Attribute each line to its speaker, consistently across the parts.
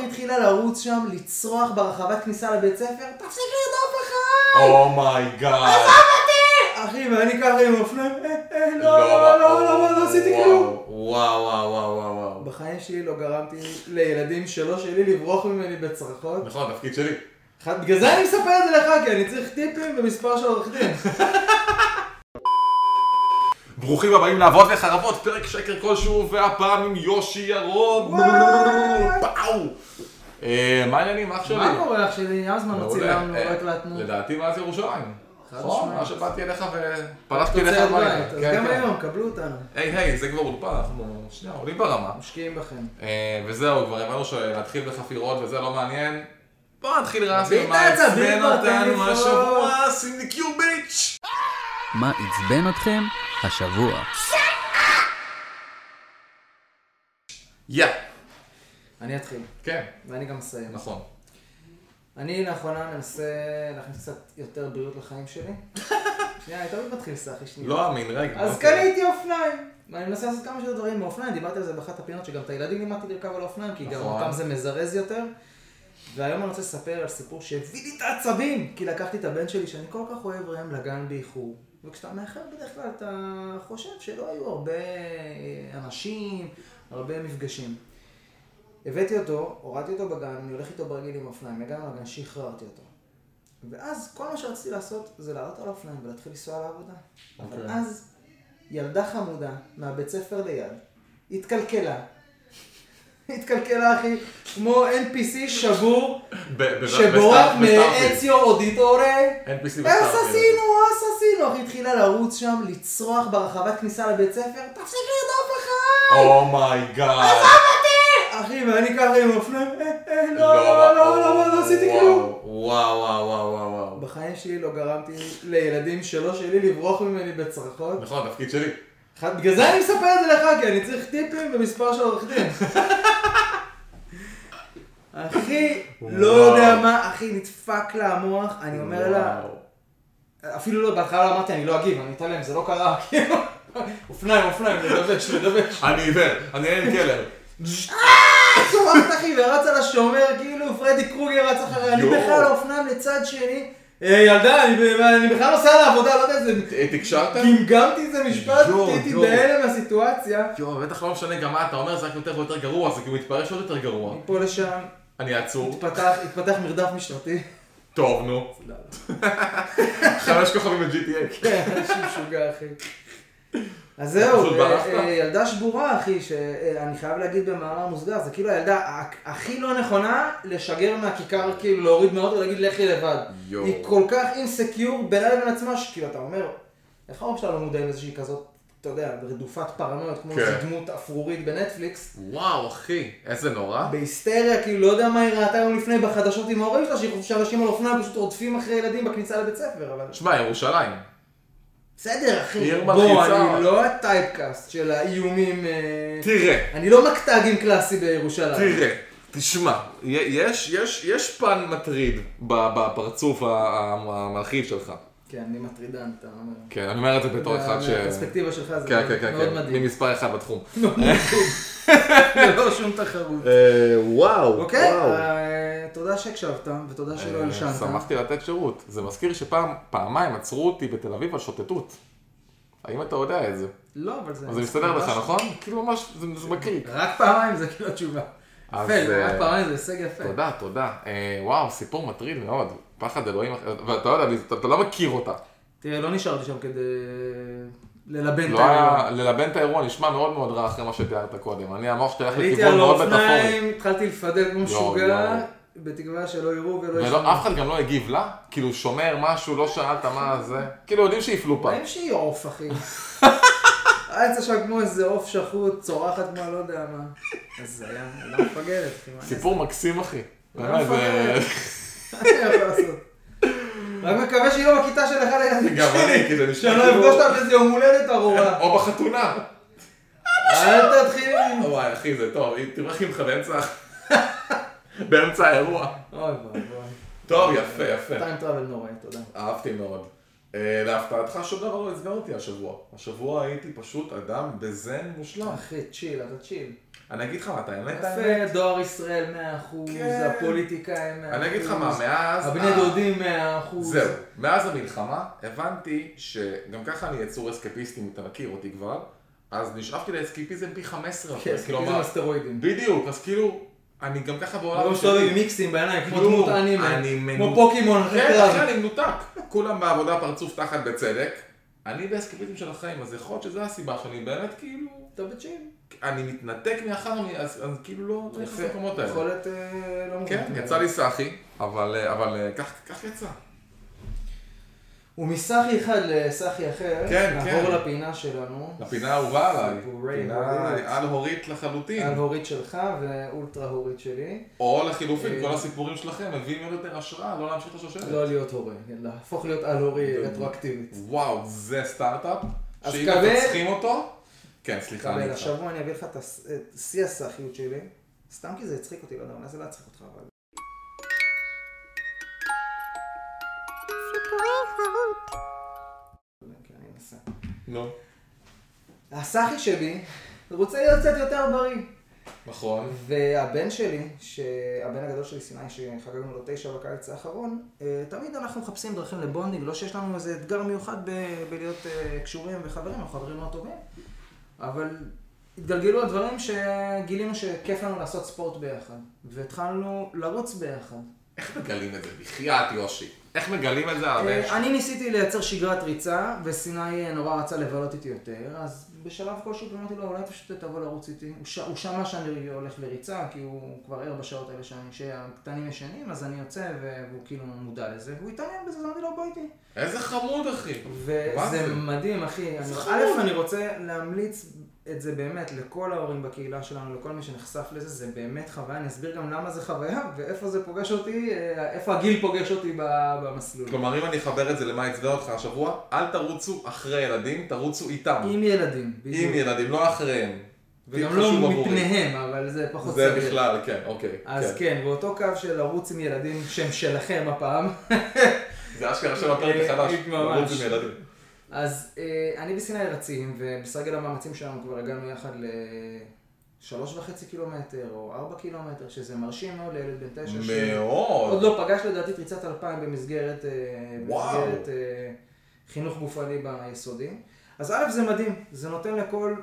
Speaker 1: התחילה לרוץ שם, לצרוח ברחבת כניסה לבית ספר, תפסיק לרדוף אחריי!
Speaker 2: Oh אומייגאד.
Speaker 1: אחי, ואני ככה עם אופניים, "אה, אה, לא, לא, לא, לא, לא, לא עשיתי כלום.
Speaker 2: וואו, וואו, וואו, וואו, וואו.
Speaker 1: בחיים שלי לא גרמתי לילדים שלא שלי לברוח ממני בצרחות.
Speaker 2: נכון, התפקיד שלי.
Speaker 1: אחד- בגלל זה אני מספר את זה לך, כי אני צריך טיפים ומספר של עורך דין.
Speaker 2: ברוכים הבאים לעבוד וחרבות, פרק שקר כלשהו, והפעם עם יושי ירון.
Speaker 1: וואי.
Speaker 2: פאו. אה, מה העניינים, אח שלי?
Speaker 1: מה קורה אח שלי? היה זמן לא
Speaker 2: מעולה.
Speaker 1: צילמנו, לא
Speaker 2: אה,
Speaker 1: הקלטנו.
Speaker 2: לדעתי מאז ירושלים.
Speaker 1: חד
Speaker 2: נכון,
Speaker 1: משמעית.
Speaker 2: מה שבאתי אליך ופלשתי אליך
Speaker 1: תוצרת
Speaker 2: הביתה.
Speaker 1: בית, אז
Speaker 2: כן,
Speaker 1: גם
Speaker 2: כן.
Speaker 1: היום, קבלו אותנו.
Speaker 2: היי, היי, זה כבר אולפן, אנחנו שנייה עולים ברמה.
Speaker 1: משקיעים בכם.
Speaker 2: אה, וזהו, כבר הבנו שלהתחיל בחפירות וזה לא מעניין. בוא נתחיל רסמי,
Speaker 1: ביטן,
Speaker 2: מה עצבן
Speaker 1: ביטן, תן לי
Speaker 2: אותנו
Speaker 1: פה.
Speaker 2: השבוע, סינדיקור ביץ'.
Speaker 3: מה עצבן אתכם השבוע?
Speaker 2: יא.
Speaker 1: אני אתחיל,
Speaker 2: כן,
Speaker 1: ואני גם אסיים.
Speaker 2: נכון.
Speaker 1: אני לאחרונה מנסה להכניס קצת יותר בריאות לחיים שלי. שנייה, אני תמיד מתחיל סחי שנייה.
Speaker 2: לא אמין, רגע.
Speaker 1: אז
Speaker 2: אוקיי.
Speaker 1: קניתי אופניים. ואני מנסה לעשות כמה שיותר דברים מאופניים, דיברתי על זה באחת הפינות שגם את הילדים לימדתי לרכב על אופניים, כי גם
Speaker 2: נכון.
Speaker 1: אותם זה מזרז יותר. והיום אני רוצה לספר על סיפור שהביא לי את העצבים, כי לקחתי את הבן שלי שאני כל כך אוהב ראם לגן באיחור. וכשאתה מאחר בדרך כלל אתה חושב שלא היו הרבה אה, אנשים, הרבה מפגשים. הבאתי אותו, הורדתי אותו בגן, אני הולך איתו ברגיל עם אופניים, הגענו לגן, שחררתי אותו. ואז כל מה שרציתי לעשות זה לעלות על אופניים ולהתחיל לנסוע לעבודה. אבל
Speaker 2: אוקיי.
Speaker 1: אז ילדה חמודה מהבית ספר ליד התקלקלה. התקלקלה אחי, כמו NPC שבור
Speaker 2: ב- ב-
Speaker 1: שבורח
Speaker 2: בסטארט- בסטארטפיל.
Speaker 1: מאציו אודיטורה. אס
Speaker 2: NPC בסטארטפיל.
Speaker 1: עשינו, אס עשינו. אחי התחילה לרוץ שם, לצרוח ברחבת כניסה לבית ספר, תפסיק לרדוף אחריי!
Speaker 2: Oh אומייגאד.
Speaker 1: אחי, ואני ככה עם אופניים, "אה, אה, לא, לא, לא, לא, לא, לא עשיתי כלום.
Speaker 2: וואו, וואו, וואו, וואו, וואו.
Speaker 1: בחיים שלי לא גרמתי לילדים שלא שלי לברוח ממני בצרחות.
Speaker 2: נכון, התפקיד שלי.
Speaker 1: אחד- בגלל זה אני מספר את זה לך, כי אני צריך טיפים ומספר של עורך דין. אחי, לא
Speaker 2: וואו.
Speaker 1: יודע מה, אחי, נדפק לה המוח, אני אומר לה,
Speaker 2: וואו.
Speaker 1: אפילו לא, בהתחלה לא אמרתי, אני לא אגיב, אני אתעלם, זה לא קרה, כאילו, אופניים, אופניים, לדבש, לדבש.
Speaker 2: אני עיוור, אני אין קלר.
Speaker 1: צורחת אחי ורצה לשומר, כאילו פרדי קרוגר רץ אחריה, אני
Speaker 2: יואו.
Speaker 1: בכלל אופניים לצד שני. "אה, ילדה, אני ב- אני בכלל נוסע לעבודה, לא יודע איזה...
Speaker 2: אה, תקשרתם?
Speaker 1: גמגמתי איזה משפט,
Speaker 2: יואו,
Speaker 1: הייתי
Speaker 2: יואו.
Speaker 1: בהלם מהסיטואציה.
Speaker 2: יואו, בטח לא משנה גם מה אתה אומר, זה רק יותר ויותר גרוע, זה כאילו מתפרש עוד יותר גרוע.
Speaker 1: מפה לשם,
Speaker 2: אני עצור.
Speaker 1: התפתח, התפתח מרדף משטרתי.
Speaker 2: טוב, נו. חמש כוכבים ב-GTA.
Speaker 1: כן, אנשים משוגע, אחי. אז זהו,
Speaker 2: פשוט ברחת?
Speaker 1: אה, אה, ילדה שבורה, אחי, שאני חייב להגיד במאמר מוסגר, זה כאילו הילדה ה- הכי לא נכונה לשגר מהכיכר, כאילו להוריד מהאוטו ולהגיד לכי לבד.
Speaker 2: יואו.
Speaker 1: היא כל כך אינסקיור בינה לבין עצמה, שכאילו אתה אומר, איך ההורים שלה לא מודעים לזה שהיא כזאת, אתה יודע, רדופת פרנויות, כמו
Speaker 2: כן.
Speaker 1: איזו דמות אפרורית בנטפליקס.
Speaker 2: וואו, אחי, איזה נורא.
Speaker 1: בהיסטריה, כאילו, לא יודע מה היא ראתה יום לפני בחדשות עם ההורים שלה, שהיא חושבת שאנשים על אופניים פשוט רודפים אחרי ילדים בכניסה לבית ספר, אבל...
Speaker 2: שמע, ירושלים.
Speaker 1: בסדר, אחי.
Speaker 2: עיר
Speaker 1: בוא,
Speaker 2: מלחיצה.
Speaker 1: אני לא הטייפקאסט של האיומים... אה,
Speaker 2: תראה,
Speaker 1: אני לא מקטגים קלאסי בירושלים.
Speaker 2: תראה, תשמע, י- יש, יש, יש פן מטריד ב- בפרצוף ה- ה- המלחיץ שלך.
Speaker 1: כן, אני מטרידן, אתה אומר.
Speaker 2: כן, אני אומר את זה בתור אחד ש...
Speaker 1: מהפרספקטיבה שלך זה
Speaker 2: כן, כן, כן,
Speaker 1: מאוד
Speaker 2: כן,
Speaker 1: מדהים.
Speaker 2: ממספר אחד בתחום.
Speaker 1: ללא שום תחרות.
Speaker 2: וואו, אה,
Speaker 1: אוקיי, אה, תודה שהקשבת, ותודה שלא הלשנת.
Speaker 2: שמחתי לתת שירות. זה מזכיר שפעם, פעמיים עצרו אותי בתל אביב על שוטטות. האם אתה יודע את זה?
Speaker 1: לא, אבל זה...
Speaker 2: אז זה מסתדר לך,
Speaker 1: ממש-
Speaker 2: נכון? כאילו ממש, זה זה מקריק.
Speaker 1: רק פעמיים זה כאילו התשובה.
Speaker 2: אז,
Speaker 1: יפה, רק
Speaker 2: אה,
Speaker 1: פעמיים זה הישג יפה.
Speaker 2: תודה, תודה. אה, וואו, סיפור מטריד מאוד. פחד אלוהים אחר, ואתה לא יודע, אתה- אתה לא מכיר אותה.
Speaker 1: תראה, לא נשארתי שם כדי ללבן את
Speaker 2: לא
Speaker 1: האירוע.
Speaker 2: היה, ללבן את האירוע נשמע מאוד מאוד רע אחרי מה שתיארת קודם. אני, המוח שלי הלך
Speaker 1: עליתי על
Speaker 2: לכיוון מאוד מטאפורי. לא,
Speaker 1: האופניים, התחלתי לפדל כמו
Speaker 2: יואו.
Speaker 1: משוגע, בתקווה שלא יראו ולא ישמעו.
Speaker 2: ואף אחד גם לא הגיב לה, כאילו שומר משהו, לא שאלת מה זה, כאילו יודעים שהפלו פעם.
Speaker 1: רואים שהיא עוף, אחי. היה יצא שם כמו איזה עוף שחוט, צורחת כמו לא יודע מה. אז זה היה, לא מפגרת, אחי. מה אני
Speaker 2: סיפור מקסים אחי.
Speaker 1: לא
Speaker 2: באמת, זה...
Speaker 1: מפגרת. אעשה? מה אני יכול לעשות? רק מקווה שהיא לא בכיתה של אחד הילדים
Speaker 2: גם אני, כי זה נשמע
Speaker 1: שלא
Speaker 2: כאילו-
Speaker 1: לא אפגוש אותה באיזה יום הולדת ארורה.
Speaker 2: או בחתונה.
Speaker 1: אל תתחיל. עם-
Speaker 2: וואי אחי זה טוב, היא תברח ממך באמצע... באמצע האירוע.
Speaker 1: אוי ואבוי.
Speaker 2: טוב, יפה, יפה.
Speaker 1: טיים טראבל נוראי, תודה.
Speaker 2: אהבתי מאוד. אה, להפתעתך שום דבר לא עצבן אותי השבוע. השבוע הייתי פשוט אדם בזן מושלם.
Speaker 1: לא, אחי, צ'יל, אתה צ'יל.
Speaker 2: אני אגיד לך מה, את
Speaker 1: כן.
Speaker 2: האמת האמת?
Speaker 1: יפה, דואר ישראל 100%,
Speaker 2: כן.
Speaker 1: הפוליטיקאים 100%.
Speaker 2: אני אגיד לך מה, מאז...
Speaker 1: הבני
Speaker 2: ה-
Speaker 1: דודים 100%.
Speaker 2: זהו, מאז המלחמה הבנתי שגם ככה אני יצור אסקפיסטי, אם אתה מכיר אותי כבר, אז נשאפתי לאסקיפיזם פי 15
Speaker 1: כן,
Speaker 2: יותר,
Speaker 1: זה
Speaker 2: כלומר,
Speaker 1: הסטרואידים.
Speaker 2: בדיוק, אז כאילו, אני גם ככה בעולם
Speaker 1: לא מסתובב עם מיקסים בעיניים, כמו
Speaker 2: כלום.
Speaker 1: דמות אנימה.
Speaker 2: אני
Speaker 1: כמו
Speaker 2: מנותק.
Speaker 1: פוקימון אחרי
Speaker 2: כן, אחי,
Speaker 1: קרב.
Speaker 2: אני מנותק. כולם בעבודה פרצוף תחת בצדק. אני באסקפיזם של החיים, אז יכול להיות שזו הסיבה שאני באמת כאילו...
Speaker 1: אתה בצ'יל.
Speaker 2: אני מתנתק מאחר, מי, אז, אז כאילו לא... לא נכנס למקומות האלה.
Speaker 1: יכולת אה, לא
Speaker 2: כן,
Speaker 1: מובנת.
Speaker 2: יצא לי סאחי, אבל, אה, אבל אה, כך, כך יצא.
Speaker 1: ומסאחי אחד לסאחי אחר,
Speaker 2: כן,
Speaker 1: נעבור
Speaker 2: כן.
Speaker 1: לפינה שלנו.
Speaker 2: הפינה האהובה עליי,
Speaker 1: סיפורי הורית.
Speaker 2: פינה על-הורית לחלוטין.
Speaker 1: על הורית שלך ואולטרה הורית שלי.
Speaker 2: או לחילופין,
Speaker 1: אה,
Speaker 2: כל הסיפורים שלכם מביאים עוד יותר השראה, לא להמשיך את השושלת.
Speaker 1: לא להיות הורה, להפוך להיות על הורי רטרואקטיבית.
Speaker 2: וואו, זה סטארט-אפ,
Speaker 1: אז
Speaker 2: שאם
Speaker 1: קבל-
Speaker 2: אתם צריכים אותו... כן, סליחה, אני
Speaker 1: קבל,
Speaker 2: איתך.
Speaker 1: השבוע אני אביא לך את הס- את שיא הסאחיות שלי. סתם כי זה הצחיק אותי, לא יודע, אולי זה לא יצחיק אותך, אבל... כן, אני אנסה.
Speaker 2: נו,
Speaker 1: הסאחי שלי רוצה להיות קצת יותר בריא.
Speaker 2: נכון.
Speaker 1: והבן שלי, שהבן הגדול שלי, סיני, שחגגנו לו תשע בקיץ האחרון, אה, תמיד אנחנו מחפשים דרכים לבונדינג, לא שיש לנו איזה אתגר מיוחד ב- בלהיות אה, קשורים וחברים, אנחנו חברים מאוד טובים, אבל התגלגלו הדברים שגילינו שכיף לנו לעשות ספורט ביחד, והתחלנו לרוץ ביחד.
Speaker 2: איך מגלים את זה? בחייאת יושי. איך מגלים את זה הבן
Speaker 1: אה, אני ניסיתי לייצר שגרת ריצה, וסיני אה, נורא רצה לבלות איתי יותר, אז בשלב כלשהו אמרתי לו, אולי פשוט תבוא לרוץ איתי. הוא, ש... הוא שמע שאני הולך לריצה, כי הוא כבר ער בשעות האלה שאני, שהקטנים ישנים, אז אני יוצא, והוא כאילו מודע לזה, והוא התעניין בזה, אז אמרתי לו, בוא איתי.
Speaker 2: איזה חמוד אחי. מה
Speaker 1: וזה
Speaker 2: זה?
Speaker 1: מדהים, אחי. אני-
Speaker 2: זה חמוד.
Speaker 1: א', אני רוצה להמליץ את זה באמת לכל ההורים בקהילה שלנו, לכל מי שנחשף לזה, זה באמת חוויה. אני אסביר גם למה זה חוויה, ואיפה זה פוגש אותי, אה, איפה הגיל פוגש אותי ב- במסלול.
Speaker 2: כלומר, אם אני אחבר את זה למה עצבן אותך השבוע, אל תרוצו אחרי ילדים, תרוצו איתם.
Speaker 1: עם ילדים,
Speaker 2: עם
Speaker 1: בדיוק.
Speaker 2: ילדים, לא אחריהם. טיפ
Speaker 1: וגם לא
Speaker 2: חשוב עבורי.
Speaker 1: מפניהם, אבל זה פחות
Speaker 2: זה
Speaker 1: סביר.
Speaker 2: בכלל, כן, אוקיי.
Speaker 1: אז
Speaker 2: כן.
Speaker 1: כן, באותו קו של לרוץ עם ילדים שהם שלכם הפעם,
Speaker 2: זה אשכרה של הפרק החדש.
Speaker 1: כן. אה, ממש.
Speaker 2: לרוץ עם ילדים.
Speaker 1: אז אה, אני וסיני רצים, ובסרגל המאמצים שלנו כבר הגענו יחד לשלוש וחצי קילומטר, או ארבע קילומטר, שזה מרשים מאוד לילד בן תשע. שעוד
Speaker 2: מאוד.
Speaker 1: לא פגש לדעתי את ריצת אלפיים במסגרת, אה,
Speaker 2: וואו.
Speaker 1: במסגרת אה, חינוך גופני ביסודי. אז א', זה מדהים, זה נותן לכל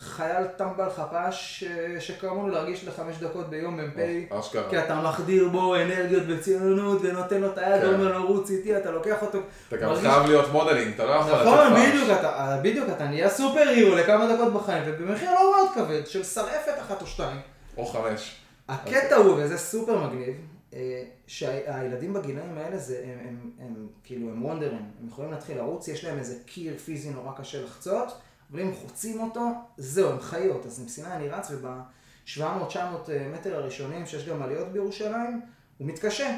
Speaker 1: חייל טמבל חפש אה, שכמונו להרגיש לחמש דקות ביום מ"פ.
Speaker 2: אה, אשכרה.
Speaker 1: כי אתה מחדיר בו אנרגיות וציונות, ונותן לו את היד,
Speaker 2: כן.
Speaker 1: אומר לו רוץ איתי, אתה לוקח אותו.
Speaker 2: אתה גם
Speaker 1: מרגיש-
Speaker 2: חייב להיות מודלינג, אתה לא יכול...
Speaker 1: נכון,
Speaker 2: לצאת
Speaker 1: בדיוק, אתה, בדיוק, אתה נהיה סופר הירו לכמה דקות בחיים, ובמחיר לא מאוד כבד, של שרעפת אחת או שתיים.
Speaker 2: פרש. או חמש.
Speaker 1: הקטע הוא, וזה סופר מגניב, אה, שהילדים בגילאים האלה, זה, הם, הם, הם כאילו, הם וונדרים, הם יכולים להתחיל לרוץ, יש להם איזה קיר פיזי נורא קשה לחצות, אבל אם חוצים אותו, זהו, הם חיות. אז עם סיני אני רץ, וב-700-900 אה, מטר הראשונים, שיש גם עליות בירושלים, הוא מתקשה.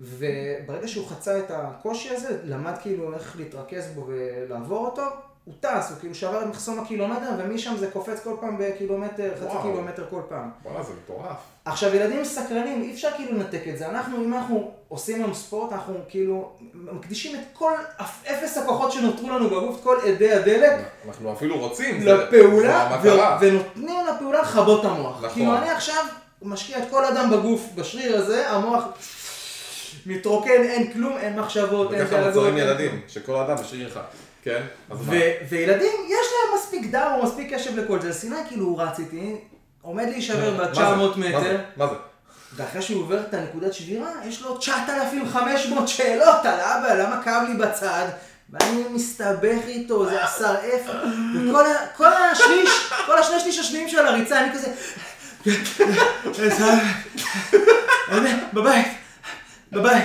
Speaker 1: וברגע שהוא חצה את הקושי הזה, למד כאילו איך להתרכז בו ולעבור אותו, הוא טס, הוא כאילו שבר את מחסום הקילומטר, ומשם זה קופץ כל פעם בקילומטר, חצי
Speaker 2: וואו.
Speaker 1: קילומטר כל פעם.
Speaker 2: וואלה, זה מטורף.
Speaker 1: עכשיו, ילדים סקרנים, אי אפשר כאילו לנתק את זה. אנחנו, אם אנחנו עושים היום ספורט, אנחנו כאילו מקדישים את כל אפ- אפס הכוחות שנותרו לנו בגוף, את כל אדי הדלק,
Speaker 2: אנחנו אפילו רוצים. זה-
Speaker 1: לפעולה,
Speaker 2: זו המטרה.
Speaker 1: ו- ונותנים לפעולה לכבות את המוח.
Speaker 2: נכון.
Speaker 1: כאילו, אני עכשיו משקיע את כל הדם בגוף, בשריר הזה, המוח מתרוקן, אין כלום, אין מחשבות, אין
Speaker 2: וככה נוצרים
Speaker 1: אין-
Speaker 2: ילדים, שכל האדם בשריר אחד. כן? אז מה?
Speaker 1: ו- וילדים, יש להם מספיק דם, או מספיק קשב לכל זה. סיני כאילו הוא רץ איתי, עומד להישבר
Speaker 2: מה זה?
Speaker 1: ב-900
Speaker 2: מה זה?
Speaker 1: מטר.
Speaker 2: מה זה?
Speaker 1: ואחרי שהוא עובר את הנקודת שבירה, יש לו 9,500 שאלות על אבא, למה כאב לי בצד? ואני מסתבך איתו, זה עשר אפס, וכל ה- כל השליש, כל השני שליש השניים של הריצה, אני כזה... עזוב, אני בבית, בבית.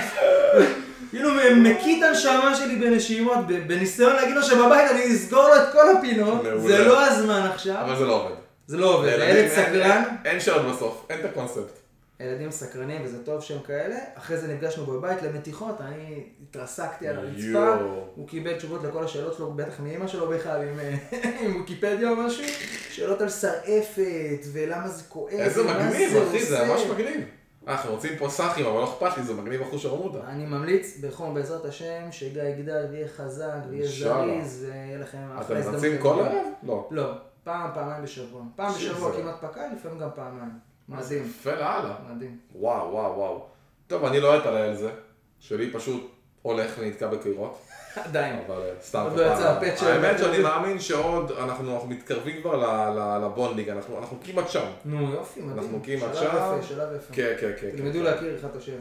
Speaker 1: כאילו מקיא את הנשמה שלי בנשימות, ב- בניסיון להגיד לו שבבית אני אסגור לו את כל הפינות,
Speaker 2: מעולה.
Speaker 1: זה לא הזמן עכשיו.
Speaker 2: אבל זה לא עובד.
Speaker 1: זה לא עובד,
Speaker 2: לילדים
Speaker 1: הילד
Speaker 2: אין-
Speaker 1: סקרן.
Speaker 2: אין- אין שאלות בסוף, אין את הקונספט.
Speaker 1: ילדים סקרנים, וזה טוב שהם כאלה. אחרי זה נפגשנו בבית למתיחות, אני התרסקתי על הרצפה,
Speaker 2: יואו.
Speaker 1: הוא קיבל תשובות לכל השאלות שלו, בטח מאימא שלו בכלל, עם, אה, עם ויקיפדיה או משהו. שאלות על שרעפת, ולמה זה כואב,
Speaker 2: איזה
Speaker 1: ומה
Speaker 2: מגניב,
Speaker 1: זה
Speaker 2: אחי, זה
Speaker 1: עושה.
Speaker 2: ממש מגניב. אה, אנחנו רוצים פה סאחים, אבל לא אכפת לי, זה מגניב אחוז שרמוטה.
Speaker 1: אני ממליץ בחום בעזרת השם, שגיא יגדל ויהיה חזק ויהיה
Speaker 2: אינשאללה.
Speaker 1: זריז ויהיה לכם
Speaker 2: אתם
Speaker 1: הזדמנות
Speaker 2: רצים כל
Speaker 1: לגדול.
Speaker 2: ערב? לא.
Speaker 1: לא, פעם, פעמיים בשבוע. פעם
Speaker 2: שזה.
Speaker 1: בשבוע כמעט פקע, לפעמים גם פעמיים. מדהים,
Speaker 2: יפה לאללה.
Speaker 1: מדהים.
Speaker 2: וואו, וואו, וואו. טוב, אני לא אתעלה על זה. שלי פשוט הולך ונתקע בקירות.
Speaker 1: עדיין.
Speaker 2: אבל אה, סתם.
Speaker 1: עוד
Speaker 2: ככה.
Speaker 1: לא יצא הפט של-
Speaker 2: האמת שאני מאמין שעוד, אנחנו אנחנו מתקרבים כבר ל- ל- לבונדינג, אנחנו אנחנו כמעט שם.
Speaker 1: נו יופי, מדהים.
Speaker 2: אנחנו כמעט
Speaker 1: שלב
Speaker 2: שם.
Speaker 1: יפה, שלב יפה.
Speaker 2: כן, כן, כן.
Speaker 1: תלמדו
Speaker 2: כן.
Speaker 1: להכיר אחד את השני.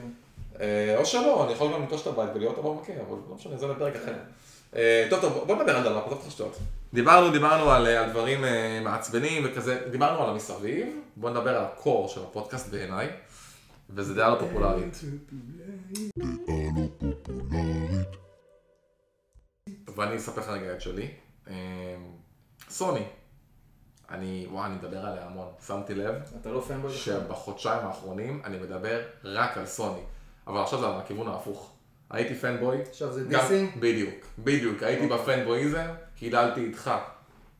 Speaker 2: אה, או שלא, אני יכול גם לנטוש את הבית ולהיות אבו מכה, אבל לא משנה, זה לפרק אחר. אה, טוב, טוב, בוא נדבר על דלאפ, עזוב את השטויות. דיברנו, דיברנו על אה, על דברים אה, מעצבנים וכזה, דיברנו על המסביב, בוא נדבר על הקור של הפודקאסט בעיניי, וזה דעה לא פופולרית. ואני אספר לך רגע את שלי. אה, סוני, אני, וואי, אני מדבר עליה המון, שמתי לב.
Speaker 1: אתה לא פנבוי?
Speaker 2: שבחודשיים האחרונים אני מדבר רק על סוני. אבל עכשיו זה הכיוון ההפוך. הייתי פנבוי.
Speaker 1: עכשיו זה
Speaker 2: גם-
Speaker 1: דיסי?
Speaker 2: בדיוק, בדיוק. הייתי
Speaker 1: אוקיי.
Speaker 2: בפנבויזם, היללתי איתך.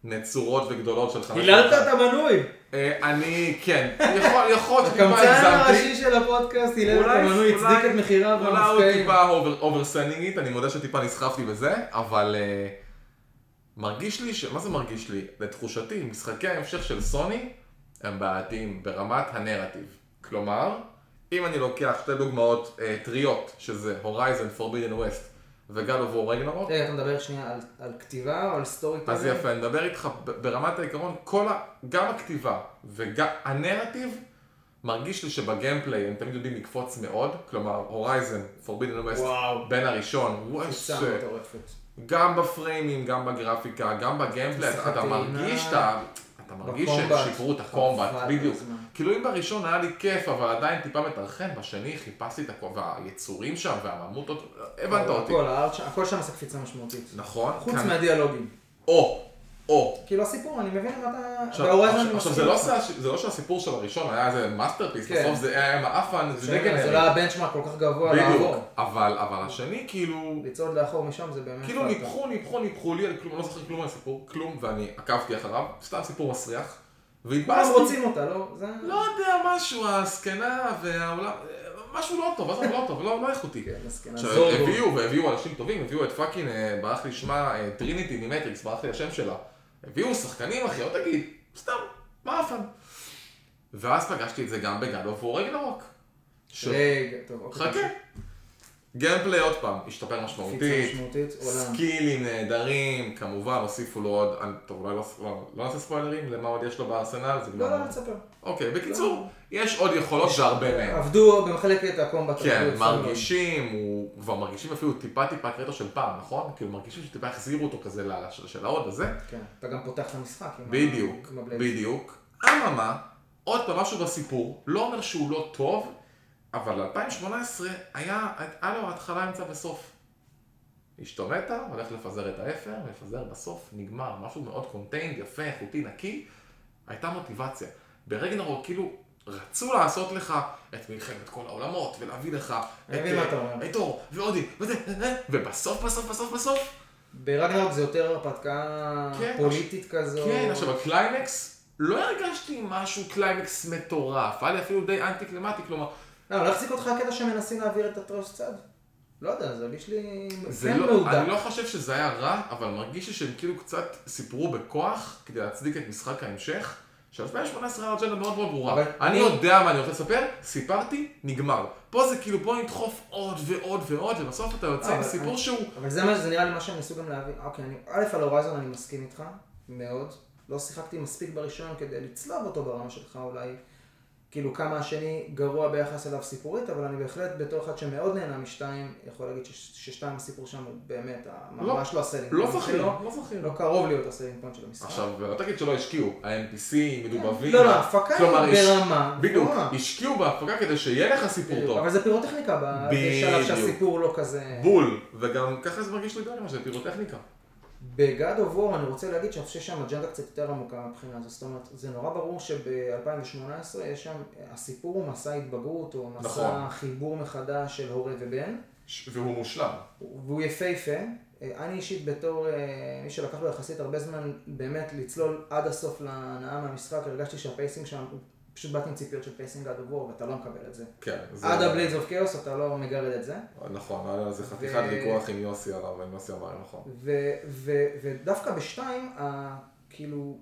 Speaker 2: נצורות וגדולות של חמש...
Speaker 1: היללת את המנוי!
Speaker 2: אה, אני, כן. יכול, יכול להיות שטיפה
Speaker 1: הקמצן
Speaker 2: הגזמתי.
Speaker 1: הראשי של הפודקאסט, הלל את
Speaker 2: אולי-
Speaker 1: המנוי,
Speaker 2: אולי-
Speaker 1: הצדיק את מחיריו
Speaker 2: אולי הוא
Speaker 1: והמפקעים.
Speaker 2: טיפה אובר- אוברסנינגית, אני מודה שטיפה נסחפתי בזה, אבל אה, מרגיש לי, ש- מה זה מרגיש לי? לתחושתי, משחקי ההמשך של סוני הם בעייתיים ברמת הנרטיב. כלומר, אם אני לוקח שתי דוגמאות אה, טריות, שזה Horizon Forbidden West וגל אובור רגנרוק,
Speaker 1: רגע, אה, אתה מדבר שנייה על- על כתיבה או על סטורי
Speaker 2: אז
Speaker 1: טלינג?
Speaker 2: יפה, אני מדבר איתך ב- ברמת העיקרון, כל ה... גם הכתיבה וגם הנרטיב מרגיש לי שבגיימפליי הם תמיד יודעים לקפוץ מאוד, כלומר הורייזן, פורבידן ווסט,
Speaker 1: וואו.
Speaker 2: בין הראשון, וואס,
Speaker 1: קפיצה מטורפת.
Speaker 2: גם בפריימים, גם בגרפיקה, גם בגיימפליי, אתה, אתה
Speaker 1: בטעינה,
Speaker 2: מרגיש את ה... אתה מרגיש שהם
Speaker 1: בקומבט.
Speaker 2: שיפרו את הקומבט,
Speaker 1: חבל על
Speaker 2: בדיוק.
Speaker 1: הזמן.
Speaker 2: כאילו אם בראשון היה לי כיף, אבל עדיין טיפה מטרחן, בשני חיפשתי את הכובע, היצורים שם והממוטות, הבנת אותי.
Speaker 1: הכל, הארט שם- הכל שם עשה קפיצה משמעותית.
Speaker 2: נכון?
Speaker 1: חוץ
Speaker 2: כאן-
Speaker 1: מהדיאלוגים.
Speaker 2: או, או,
Speaker 1: כאילו הסיפור, אני מבין מה אתה...
Speaker 2: עכשיו,
Speaker 1: בהורייזן
Speaker 2: עכשיו,
Speaker 1: אני
Speaker 2: עכשיו זה,
Speaker 1: מסכים
Speaker 2: לא
Speaker 1: איתך.
Speaker 2: שה, זה לא שהסיפור של הראשון היה איזה מאסטרפיס,
Speaker 1: כן.
Speaker 2: בסוף זה היה עם האפן, זה
Speaker 1: שאלה, זה לא
Speaker 2: נגן,
Speaker 1: היה בנצ'מארק כל כך גבוה
Speaker 2: בדיוק,
Speaker 1: לעבור.
Speaker 2: אבל, אבל השני כאילו,
Speaker 1: לצעוד לאחור משם זה באמת...
Speaker 2: כאילו
Speaker 1: לא טוב.
Speaker 2: ניפחו, ניפחו, ניפחו לי, אני כלום, לא זוכר כלום על הסיפור, כלום, ואני עקבתי אחריו, סתם סיפור מסריח,
Speaker 1: אז
Speaker 2: והתבאסתי,
Speaker 1: רוצים אותה, לא? זה...
Speaker 2: לא יודע, משהו, הזקנה והעולם, משהו לא טוב, עזוב, לא טוב, לא, לא איכותי.
Speaker 1: כן, מסכנה.
Speaker 2: עכשיו,
Speaker 1: זורבו.
Speaker 2: הביאו, והביאו אנשים טובים, הביאו את פאקינג, אה, ברח לי שמה, אה, טריניטי ממטריקס, ברח לי השם שלה. הביאו שחקנים, אחי, לא תגיד, סתם, מעפן. ואז פגשתי את זה גם בגל אוף וור רגנרוק. ש-
Speaker 1: רגע, טוב, אוקיי.
Speaker 2: חכה. גיימפליי עוד פעם, השתפר
Speaker 1: קפיצה
Speaker 2: משמעותית,
Speaker 1: משמעותית, עולם.
Speaker 2: סקילים נהדרים, כמובן הוסיפו לו עוד, אני- טוב אולי לא- לא- לא נעשה ספוילרים למה עוד יש לו בארסנל, זה
Speaker 1: לא,
Speaker 2: כבר...
Speaker 1: לא, תספר.
Speaker 2: אוקיי, בקיצור, יש עוד יכולות והרבה מהן.
Speaker 1: עבדו במחלקת הקומבט.
Speaker 2: כן,
Speaker 1: עבדו,
Speaker 2: מרגישים, הוא כבר מרגישים אפילו טיפה טיפה קרטו של פעם, נכון? כאילו מרגישים שטיפה החזירו אותו כזה ל- של- של ההוד הזה.
Speaker 1: כן, אתה גם פותח את המשחק. עם ה-
Speaker 2: בדיוק,
Speaker 1: עם הבלייד.
Speaker 2: בדיוק. אממה, עוד פעם משהו בסיפור, לא אומר שהוא לא טוב, אבל 2018 היה, היה לו התחלה, אמצע וסוף. השתמט, הולך לפזר את האפר, מפזר בסוף, נגמר, משהו מאוד קונטיינד, יפה, איכותי, נקי, הייתה מוטיבציה. ברגנרוק כאילו רצו לעשות לך את מלחמת כל העולמות, ולהביא לך
Speaker 1: אני מבין מה אתה אומר.
Speaker 2: את אור, ועודי, וזה, אה, ובסוף, בסוף, בסוף, בסוף,
Speaker 1: ברגנרוק זה יותר הרפתקה
Speaker 2: כן,
Speaker 1: פוליטית כזו.
Speaker 2: כן, עכשיו הקליימקס, לא הרגשתי משהו קליימקס מטורף, היה לי אפילו די אנטי-קלימטי, כלומר,
Speaker 1: לא, לא החזיק אותך הקטע שמנסים להעביר את הטרוס צד? לא יודע, זה הרגיש לי...
Speaker 2: זה
Speaker 1: כן
Speaker 2: לא,
Speaker 1: מהודק.
Speaker 2: אני לא חושב שזה היה רע, אבל מרגיש לי שהם כאילו קצת סיפרו בכוח כדי להצדיק את משחק ההמשך. ש-2018 היה אג'נדה מאוד מאוד ברורה.
Speaker 1: אבל-
Speaker 2: אני יודע מה אני רוצה לספר, סיפרתי, נגמר. פה זה כאילו בוא נדחוף עוד ועוד ועוד, ובסוף אתה יוצא עם
Speaker 1: אבל-
Speaker 2: סיפור שהוא...
Speaker 1: אבל זה מה שזה נראה לי מה שהם ניסו גם להבין. אוקיי, אני, א' על הורייזון אני מסכים איתך, מאוד. לא שיחקתי מספיק בראשון כדי לצלוב אותו ברמה שלך אולי, כאילו כמה השני גרוע ביחס אליו סיפורית, אבל אני בהחלט בתור אחד שמאוד נהנה משתיים, יכול להגיד ש- ששתיים הסיפור שם הוא באמת, ה- ממש לא הסלינג
Speaker 2: לא
Speaker 1: פוינט
Speaker 2: זכיר,
Speaker 1: שלו.
Speaker 2: לא זכיר.
Speaker 1: לא קרוב להיות הסלינג פוינט של המשחק.
Speaker 2: עכשיו, לא תגיד שלא השקיעו, ה-NPC, מדובבים.
Speaker 1: לא, לא, ההפקה
Speaker 2: כלומר,
Speaker 1: היא
Speaker 2: הש-
Speaker 1: ברמה
Speaker 2: בדיוק,
Speaker 1: גבוהה.
Speaker 2: השקיעו בהפקה כדי שיהיה לך סיפור
Speaker 1: בדיוק,
Speaker 2: טוב.
Speaker 1: אבל זה פירוטכניקה ב- בשלב
Speaker 2: בדיוק.
Speaker 1: שהסיפור הוא לא כזה...
Speaker 2: בול, וגם ככה זה מרגיש לי די למה זה פירוטכניקה.
Speaker 1: בגד אוף וור אני רוצה להגיד שאני חושב שם אג'נדה קצת יותר עמוקה מהבחינה הזו, זאת אומרת, זה נורא ברור שב-2018 יש שם, הסיפור הוא מסע התבגרות, או מסע
Speaker 2: נכון.
Speaker 1: חיבור מחדש של הורה ובן,
Speaker 2: ש- והוא מושלם.
Speaker 1: והוא יפהפה. אה, אני אישית בתור אה, מי שלקח לו יחסית הרבה זמן באמת לצלול עד הסוף להנאה מהמשחק, הרגשתי שהפייסינג שם הוא פשוט באתי עם ציפיות של פייסינג עד עבור, ואתה לא מקבל את זה.
Speaker 2: כן. זה-
Speaker 1: עד הבליידס אוף כאוס אתה לא מגרד את זה.
Speaker 2: נכון, היה לזה חתיכת
Speaker 1: ו-
Speaker 2: ויכוח עם יוסי עליו, אבל יוסי אמר נכון.
Speaker 1: ו- ו- ודווקא בשתיים, ה- כאילו,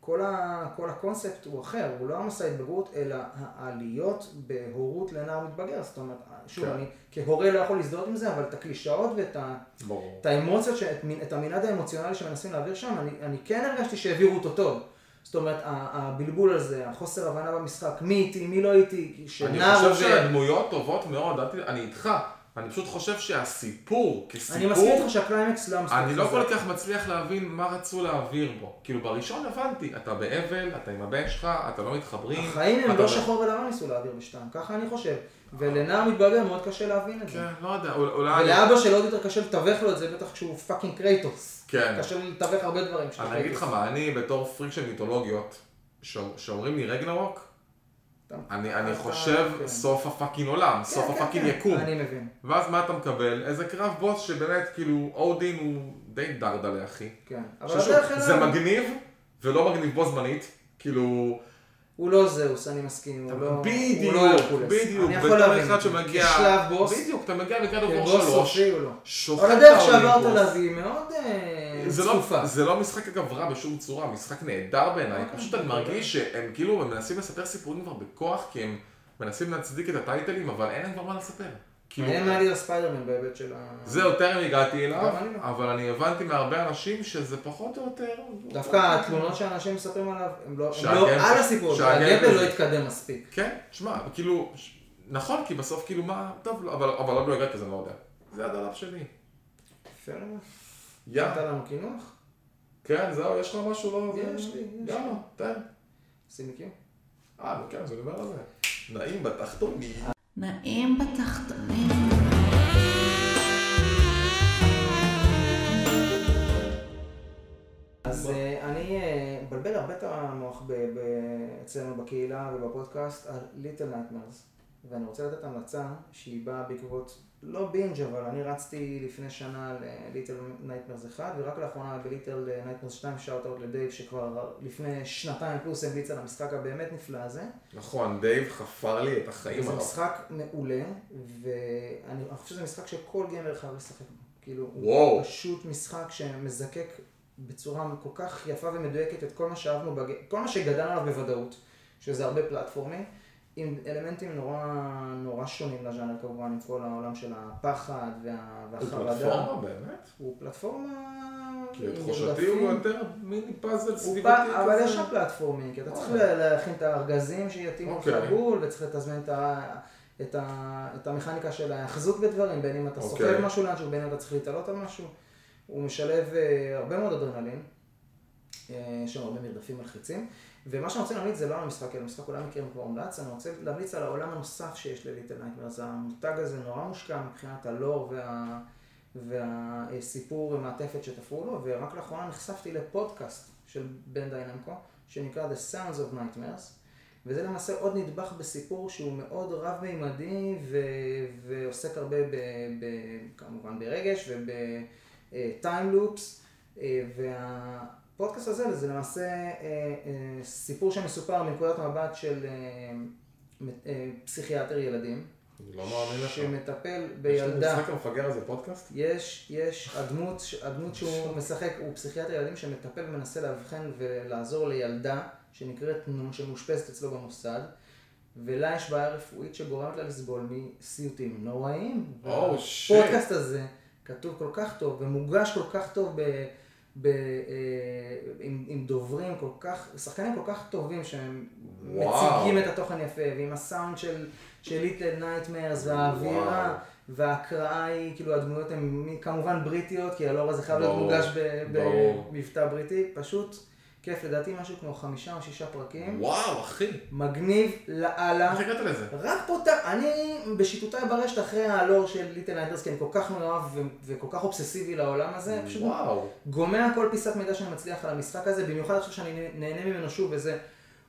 Speaker 1: כל, ה- כל הקונספט הוא אחר, הוא לא המסע ההתבגרות, אלא העליות בהורות לנער מתבגר. זאת אומרת, שוב,
Speaker 2: כן.
Speaker 1: אני כהורה לא יכול להזדהות עם זה, אבל את הקלישאות ואת ה,
Speaker 2: ברור.
Speaker 1: את האמוציות, ש- את מין- את המנעד האמוציונלי שמנסים להעביר שם, אני, אני כן הרגשתי שהעבירו אותו טוב. זאת אומרת, ה- הבלבול הזה, החוסר הבנה במשחק, מי איתי, מי לא איתי,
Speaker 2: אני
Speaker 1: שנער
Speaker 2: חושב
Speaker 1: עובר.
Speaker 2: שהדמויות טובות מאוד, אל ת- אני איתך. אני פשוט חושב שהסיפור,
Speaker 1: אני מסכים
Speaker 2: כסיפור,
Speaker 1: איתך שהקליימקס לא מספיק
Speaker 2: אני לא
Speaker 1: חזק.
Speaker 2: כל כך מצליח להבין מה רצו להעביר בו. כאילו בראשון הבנתי, אתה באבל, אתה עם הבן שלך, אתה לא מתחברים.
Speaker 1: החיים הם
Speaker 2: אתה
Speaker 1: לא שחור ולבן ניסו להעביר בשתיים, ככה אני חושב. ולנער מתבגר מאוד קשה להבין את זה.
Speaker 2: כן, לא יודע, אול- אולי...
Speaker 1: ולאבא שלו עוד יותר קשה לתווך לו את זה, בטח כשהוא פאקינג קרייטוס.
Speaker 2: כן.
Speaker 1: קשה לו לתווך הרבה דברים כשאתה
Speaker 2: אני אגיד לך
Speaker 1: קרייטוס.
Speaker 2: מה, אני בתור פריק של מיתולוגיות, שאו- שאומרים לי רגנרוק,
Speaker 1: אתה-
Speaker 2: אני אני
Speaker 1: אתה-
Speaker 2: חושב
Speaker 1: כן.
Speaker 2: סוף הפאקינג עולם,
Speaker 1: כן,
Speaker 2: סוף
Speaker 1: כן,
Speaker 2: הפאקינג
Speaker 1: כן.
Speaker 2: יקום.
Speaker 1: אני מבין,
Speaker 2: ואז מה אתה מקבל? איזה קרב בוס שבאמת, כאילו, אודין הוא די דרדלה, אחי.
Speaker 1: כן. אבל
Speaker 2: שוב,
Speaker 1: הדרך
Speaker 2: זה
Speaker 1: אליו,
Speaker 2: מגניב, ולא מגניב בו זמנית, כאילו...
Speaker 1: הוא לא זהוס, אני מסכים, הוא לא... הוא
Speaker 2: בדיוק,
Speaker 1: לא הרקולס.
Speaker 2: בדיוק.
Speaker 1: אני יכול
Speaker 2: בתור
Speaker 1: להבין.
Speaker 2: אחד שמגיע...
Speaker 1: בשלב בוס, כן,
Speaker 2: בדיוק, אתה מגיע לקראת עבור
Speaker 1: בוס
Speaker 2: שלוש,
Speaker 1: סופי הוא לא.
Speaker 2: שוחט
Speaker 1: אבל
Speaker 2: את
Speaker 1: הדרך
Speaker 2: האולימפוס.
Speaker 1: שעברת אליו היא מאוד אה,
Speaker 2: זה לא-
Speaker 1: צפופה.
Speaker 2: זה לא משחק אגב רע בשום צורה, משחק נהדר בעיניי,
Speaker 1: אוקיי.
Speaker 2: פשוט אני מרגיש שהם כאילו הם מנסים לספר סיפורים כבר בכוח, כי הם מנסים להצדיק את הטייטלים, אבל אין להם כבר מה לספר. כאילו,
Speaker 1: אין מה לי לספיידרמן בהיבט של ה...
Speaker 2: זהו, טרם הגעתי אליו,
Speaker 1: גם אני לא.
Speaker 2: אבל אני הבנתי מהרבה אנשים שזה פחות או יותר...
Speaker 1: דווקא התלונות שאנשים מספרים עליו, הם לא, הם לא
Speaker 2: שהגבר-
Speaker 1: על הסיפור, הזה,
Speaker 2: שהגבר-
Speaker 1: הגבר לא התקדם מספיק.
Speaker 2: כן, שמע, כאילו, ש- נכון, כי בסוף כאילו מה, טוב, לא, אבל אבל עוד לא הגעתי, אז אני לא יודע. זה הדלאפ שלי.
Speaker 1: יפה לנו.
Speaker 2: יא,
Speaker 1: נתת לנו קינוח?
Speaker 2: כן, זהו, יש לך משהו לא... זה-
Speaker 1: יש לי, יש
Speaker 2: יאללה, תן.
Speaker 1: עושים לי
Speaker 2: אה, כן, זה נדבר על זה. נעים בתחתוני.
Speaker 4: נעים בתחתונים.
Speaker 1: אז אה, אני אה, מבלבל הרבה את המוח ב- ב- אצלנו בקהילה ובפודקאסט על ליטל נייטמרס. ואני רוצה לתת המלצה שהיא באה בעקבות, לא בינג' אבל אני רצתי לפני שנה לליטל נייטמרס 1 ורק לאחרונה אה, בליטל נייטמרס 2 שאוטות לדייב שכבר לפני שנתיים פלוס המליץ על המשחק הבאמת נפלא הזה.
Speaker 2: נכון, דייב חפר לי את החיים
Speaker 1: זה
Speaker 2: עליו.
Speaker 1: משחק מעולה, ואני אני חושב שזה משחק שכל גיימר חייב לשחק בו. כאילו,
Speaker 2: וואו.
Speaker 1: הוא פשוט משחק שמזקק בצורה כל כך יפה ומדויקת את כל מה שאהבנו, בג... כל מה שגדלנו עליו בוודאות, שזה הרבה פלטפורמים, עם אלמנטים נורא, נורא שונים לז'אנר כמובן, עם כל העולם של הפחד וה...
Speaker 2: הוא
Speaker 1: והחרדה.
Speaker 2: פלטפורמה באמת?
Speaker 1: הוא פלטפורמה...
Speaker 2: כי
Speaker 1: עם
Speaker 2: לתחושתי
Speaker 1: מרדפים.
Speaker 2: הוא יותר מיני פאזל
Speaker 1: הוא
Speaker 2: סביבתי
Speaker 1: בא, אבל
Speaker 2: כזה.
Speaker 1: יש שם פלטפורמי, כי אתה צריך
Speaker 2: אוקיי.
Speaker 1: להכין את הארגזים שיתאימו לך
Speaker 2: אוקיי.
Speaker 1: לבול, וצריך לתזמן את ה... את, ה, את המכניקה של ההיאחזות בדברים, בין אם אתה
Speaker 2: אוקיי.
Speaker 1: סוחב משהו לאנשהו, בין אם אתה צריך להתעלות על משהו. הוא משלב אה, הרבה מאוד אדרנלין, אה, יש שם הרבה מרדפים מלחיצים. ומה שאני רוצה להמליץ זה לא על המשחק, כי המשחק אולי מכירים כבר הומלץ, אני רוצה להמליץ על העולם הנוסף שיש לליטל נייטמרס. המותג הזה נורא מושקע מבחינת הלור וה... והסיפור מעטפת שתפרו לו, ורק לאחרונה נחשפתי לפודקאסט של בן דיינמקו, שנקרא The Sounds of Nightmares, וזה למעשה עוד נדבך בסיפור שהוא מאוד רב-מימדי, ו... ועוסק הרבה ב... ב... כמובן ברגש וב-time loops, אה, והפודקאסט הזה זה למעשה אה, אה, סיפור שמסופר מנקודת מבט של אה, מ- אה, פסיכיאטר ילדים,
Speaker 2: אני לא מאמין לך.
Speaker 1: שמטפל
Speaker 2: יש לנו
Speaker 1: בילדה.
Speaker 2: משחק המפגר הזה פודקאסט?
Speaker 1: יש, יש, הדמות, ש- הדמות שהוא משחק, הוא פסיכיאטר ילדים שמטפל ומנסה לאבחן ולעזור לילדה שנקראת נון, שמאושפזת אצלו במוסד, ולה יש בעיה רפואית שגורמת לה לסבול מסיוטים נוראים.
Speaker 2: Oh, shit.
Speaker 1: הפודקאסט הזה כתוב כל כך טוב ומוגש כל כך טוב ב... ב, אה, עם, עם דוברים כל כך, שחקנים כל כך טובים שהם
Speaker 2: וואו.
Speaker 1: מציגים את התוכן יפה, ועם הסאונד של, של ליטל נייטמרס והאווירה,
Speaker 2: וואו.
Speaker 1: וההקראה היא, כאילו הדמויות הן מ- כמובן בריטיות, כי הלור הזה חייב להיות
Speaker 2: ברור,
Speaker 1: מוגש
Speaker 2: ברור.
Speaker 1: במבטא בריטי, פשוט כיף, לדעתי משהו כמו חמישה או שישה פרקים,
Speaker 2: וואו, אחי.
Speaker 1: מגניב לאללה.
Speaker 2: איך הגעת לזה?
Speaker 1: רק פותח, אני בשיטוטיי ברשת אחרי הלור של ליטל נייטרס, כי אני כל כך מאוהב ו- וכל כך אובססיבי לעולם הזה, פשוט
Speaker 2: וואו.
Speaker 1: גומע כל פיסת מידע שאני מצליח על המשחק הזה, במיוחד עכשיו שאני נהנה ממנו שוב, וזה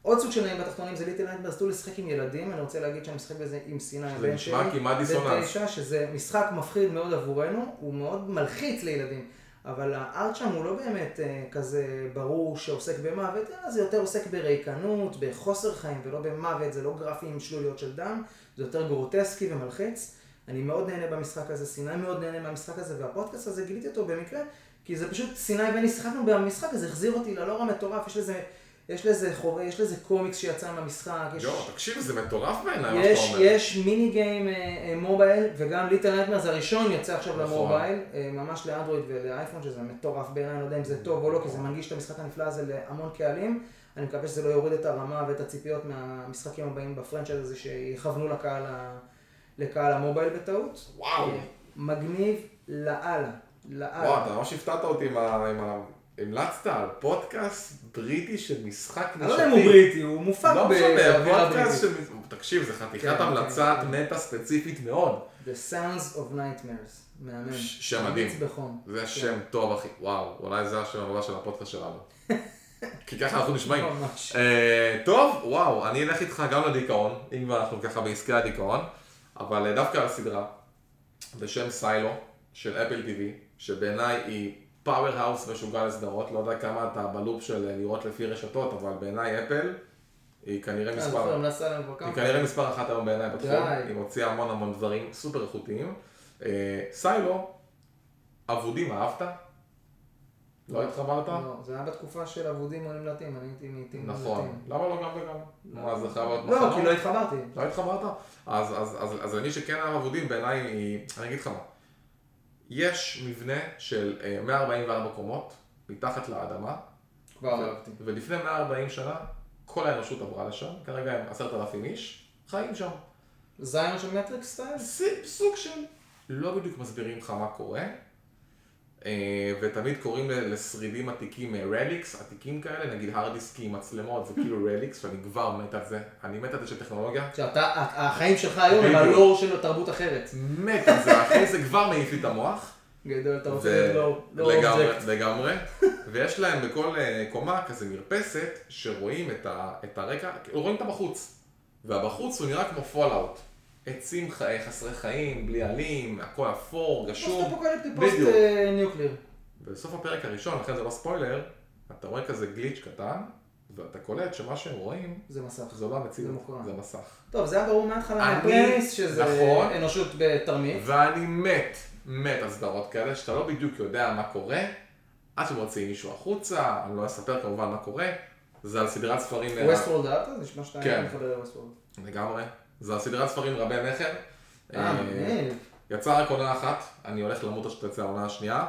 Speaker 1: עוד סוג של נעים בתחתונים, זה ליטל נייטברס, תנו לשחק עם ילדים, אני רוצה להגיד שאני משחק בזה עם סיני,
Speaker 2: זה
Speaker 1: הבן שלי,
Speaker 2: נשמע כמעט
Speaker 1: בן
Speaker 2: דיסוננס.
Speaker 1: תשע, שזה משחק מפחיד מאוד עבורנו, הוא מאוד מלחיץ לילדים, אבל הארט שם הוא לא באמת אה, כזה ברור שעוסק במוות, אלא זה יותר עוסק בריקנות, בחוסר חיים ולא במוות, זה לא גרפים עם שלוליות של דם, זה יותר גרוטסקי ומלחיץ. אני מאוד נהנה במשחק הזה, סיני מאוד נהנה מהמשחק הזה, והפודקאסט הזה גיליתי אותו במקרה, כי זה פשוט סיני ואני שיחקנו במשחק הזה, החזיר אותי ללור המטורף, יש לזה, יש לזה חובה, יש לזה קומיקס שיצא מהמשחק, יש...
Speaker 2: יואו, תקשיב, זה מטורף בעיניי מה שאתה
Speaker 1: יש,
Speaker 2: אומר.
Speaker 1: יש מיני גיים אה, אה, מובייל, וגם ליטל נטמר זה הראשון יצא עכשיו
Speaker 2: נכון.
Speaker 1: למובייל, אה, ממש לאנדרואיד ולאייפון, שזה מטורף בעיניי, אני לא יודע אם
Speaker 2: כן.
Speaker 1: זה טוב או לא, כי זה מנגיש את המשחק הנפלא הזה להמון קהלים. אני מקווה שזה לא יוריד את הרמה ואת הציפיות מהמשחקים הבאים בפרנצ'ייז הזה, שיכוונו לקהל, ה... לקהל המובייל בטעות.
Speaker 2: וואו.
Speaker 1: אה, מגניב לאללה,
Speaker 2: וואו,
Speaker 1: לאללה.
Speaker 2: אתה ממש הפתעת אותי עם ה... עם ה... המלצת על פודקאסט בריטי של משחק נשתי.
Speaker 1: אני לא יודע אם הוא בריטי, הוא מופק
Speaker 2: לא משנה,
Speaker 1: באווירה
Speaker 2: פודקאסט
Speaker 1: בריטית.
Speaker 2: של... תקשיב, זה
Speaker 1: כן,
Speaker 2: חתיכת
Speaker 1: כן,
Speaker 2: המלצת
Speaker 1: כן.
Speaker 2: נטע ספציפית מאוד.
Speaker 1: The Sounds of Nightmares, מהמם.
Speaker 2: ש- שם מדהים.
Speaker 1: ממליץ בחום.
Speaker 2: זה השם טוב, אחי. וואו, אולי זה השם הבא של הפודקאסט שלנו. כי ככה אנחנו נשמעים.
Speaker 1: ממש.
Speaker 2: אה, טוב, וואו, אני אלך איתך גם לדיכאון, אם כבר אנחנו ככה בעסקי הדיכאון, אבל אה, דווקא על סדרה בשם סיילו של אפל TV, שבעיניי היא פאוור האוס משוגע לסדרות, לא יודע כמה אתה בלופ של אה, לראות לפי רשתות, אבל בעיניי אפל היא כנראה
Speaker 1: אה, זוכר,
Speaker 2: מספר...
Speaker 1: המלצה עליהם כבר כמה
Speaker 2: היא כנראה מספר אחת היום בעיניי בתחום,
Speaker 1: די.
Speaker 2: היא מוציאה המון המון דברים סופר איכותיים. אה, סיילו, אבודים אהבת? לא התחברת?
Speaker 1: לא, זה היה בתקופה של אבודים או נמלטים, אני הייתי מעיתים
Speaker 2: נכון.
Speaker 1: נמלטים.
Speaker 2: למה לא גם וגם? מה זה חייב להיות
Speaker 1: לא, כי
Speaker 2: מחנות?
Speaker 1: לא התחברתי.
Speaker 2: לא התחברת? אז, אז, אז, אז למי שכן היה אבודים בעיניי היא, אני אגיד לך מה, יש מבנה של אה, 144 קומות מתחת לאדמה,
Speaker 1: כבר לא אהבתי.
Speaker 2: ולפני 140 שנה כל האנושות עברה לשם, כרגע הם 10,000 איש, חיים שם.
Speaker 1: זיון של מטריקס סטיילס?
Speaker 2: זה סוג של לא בדיוק מסבירים לך מה קורה, אה, ותמיד קוראים ל- לשרידים עתיקים אה, רליקס, עתיקים כאלה, נגיד הרד דיסקי עם מצלמות, זה כאילו רליקס, ואני כבר מת על זה, אני מת על זה של טכנולוגיה.
Speaker 1: שאתה, ה- החיים שלך היום הם
Speaker 2: בדיוק.
Speaker 1: הלור של תרבות אחרת.
Speaker 2: מת על זה, אחי, זה כבר מעיף לי את המוח.
Speaker 1: גדול, אתה רוצה
Speaker 2: ו-
Speaker 1: להיות לא- לור. לור
Speaker 2: לגמרי,
Speaker 1: אובייקט.
Speaker 2: לגמרי. ויש להם בכל אה, קומה כזה מרפסת, שרואים את, ה, את הרקע, כאילו, רואים את הבחוץ. והבחוץ הוא נראה כמו פולאאוט. עצים ח- חסרי חיים, בלי עלים, הכל אפור,
Speaker 1: פוסט
Speaker 2: גשום.
Speaker 1: אפוקליפטי, פוסט
Speaker 2: בדיוק.
Speaker 1: אה, ניוקליר.
Speaker 2: בסוף הפרק הראשון, לכן זה לא ספוילר, אתה רואה כזה גליץ' קטן, ואתה קולט שמה שהם רואים,
Speaker 1: זה מסך.
Speaker 2: זה לא המציאות,
Speaker 1: מוכרע.
Speaker 2: זה מסך.
Speaker 1: טוב, זה היה ברור מההתחלה
Speaker 2: אני-
Speaker 1: מהפרמיס, שזה
Speaker 2: נכון.
Speaker 1: אנושות בתרמית.
Speaker 2: ואני מת, מת על סדרות כאלה, שאתה לא בדיוק יודע מה קורה, עד שמוציאים מישהו החוצה, אני לא אספר כמובן מה קורה, זה על סדרת ספרים...
Speaker 1: ווסטוורד אהבת? זה נשמע שאתה
Speaker 2: כן.
Speaker 1: מחבר לווסטוורד.
Speaker 2: לגמרי. זה על סדרת ספרים רבי מכר.
Speaker 1: אה,
Speaker 2: אה,
Speaker 1: מגניב.
Speaker 2: יצאה רק עונה אחת, אני הולך למות עד שתצא העונה השנייה.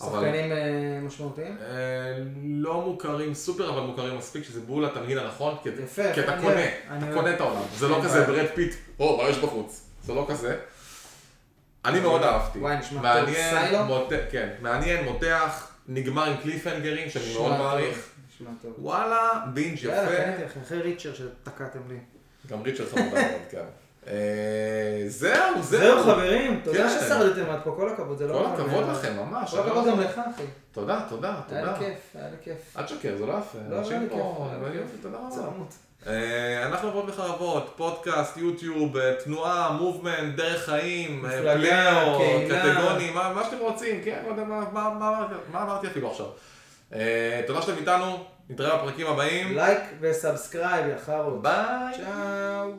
Speaker 2: אבל
Speaker 1: שחקנים אה, משמעותיים?
Speaker 2: אה, לא מוכרים סופר, אבל מוכרים מספיק, שזה בול התמהיל הנכון, כי
Speaker 1: יפה,
Speaker 2: כי אתה
Speaker 1: אני
Speaker 2: קונה,
Speaker 1: אוהב, אני
Speaker 2: אתה
Speaker 1: אוהב.
Speaker 2: קונה את העולם. זה לא
Speaker 1: אין
Speaker 2: כזה
Speaker 1: בעיה.
Speaker 2: ברד פיט, או, מה יש בחוץ? זה לא כזה. אני מאוד אהבתי.
Speaker 1: וואי, נשמע טוב.
Speaker 2: מעניין,
Speaker 1: סיילו?
Speaker 2: מות- כן, מעניין, מותח, נגמר עם קליפהנגרים, שאני מאוד
Speaker 1: נשמע טוב,
Speaker 2: מעריך.
Speaker 1: נשמע טוב.
Speaker 2: וואלה, בינג' יפה.
Speaker 1: יאללה, כן. קניתי לכם, אחרי ריצ'ר שתקעתם לי.
Speaker 2: גם ריצ'רד חמודה מאוד, כן. אה, זהו,
Speaker 1: זהו
Speaker 2: זהו.
Speaker 1: חברים, תודה
Speaker 2: כן.
Speaker 1: ששרדתם עד פה, כל הכבוד, זה לא...
Speaker 2: כל
Speaker 1: היה-
Speaker 2: הכבוד לכם, ממש.
Speaker 1: כל הכבוד גם לך, אחי.
Speaker 2: תודה, תודה,
Speaker 1: היה
Speaker 2: תודה.
Speaker 1: לי כיף, היה לי כיף.
Speaker 2: אל תשקר, זה לא יפה.
Speaker 1: לא, היה לי
Speaker 2: אנשים
Speaker 1: כיף.
Speaker 2: פה,
Speaker 1: היה לי
Speaker 2: אבל
Speaker 1: כיף.
Speaker 2: יופי, תודה רבה.
Speaker 1: צלמות.
Speaker 2: אה, אנחנו עוברות וחרבות, פודקאסט, יוטיוב, אה, תנועה, מובמנט, דרך חיים, אה,
Speaker 1: מפלגה,
Speaker 2: פלאו,
Speaker 1: קהילה.
Speaker 2: קטגונים, מה מה שאתם רוצים, כן, לא יודע מה- מה- מה- מה אמרתי אפילו עכשיו. אה, תודה שאתם איתנו, נתראה בפרקים הבאים.
Speaker 1: לייק וסאבסקרייב, יא חרות.
Speaker 2: ביי.
Speaker 1: צ'או.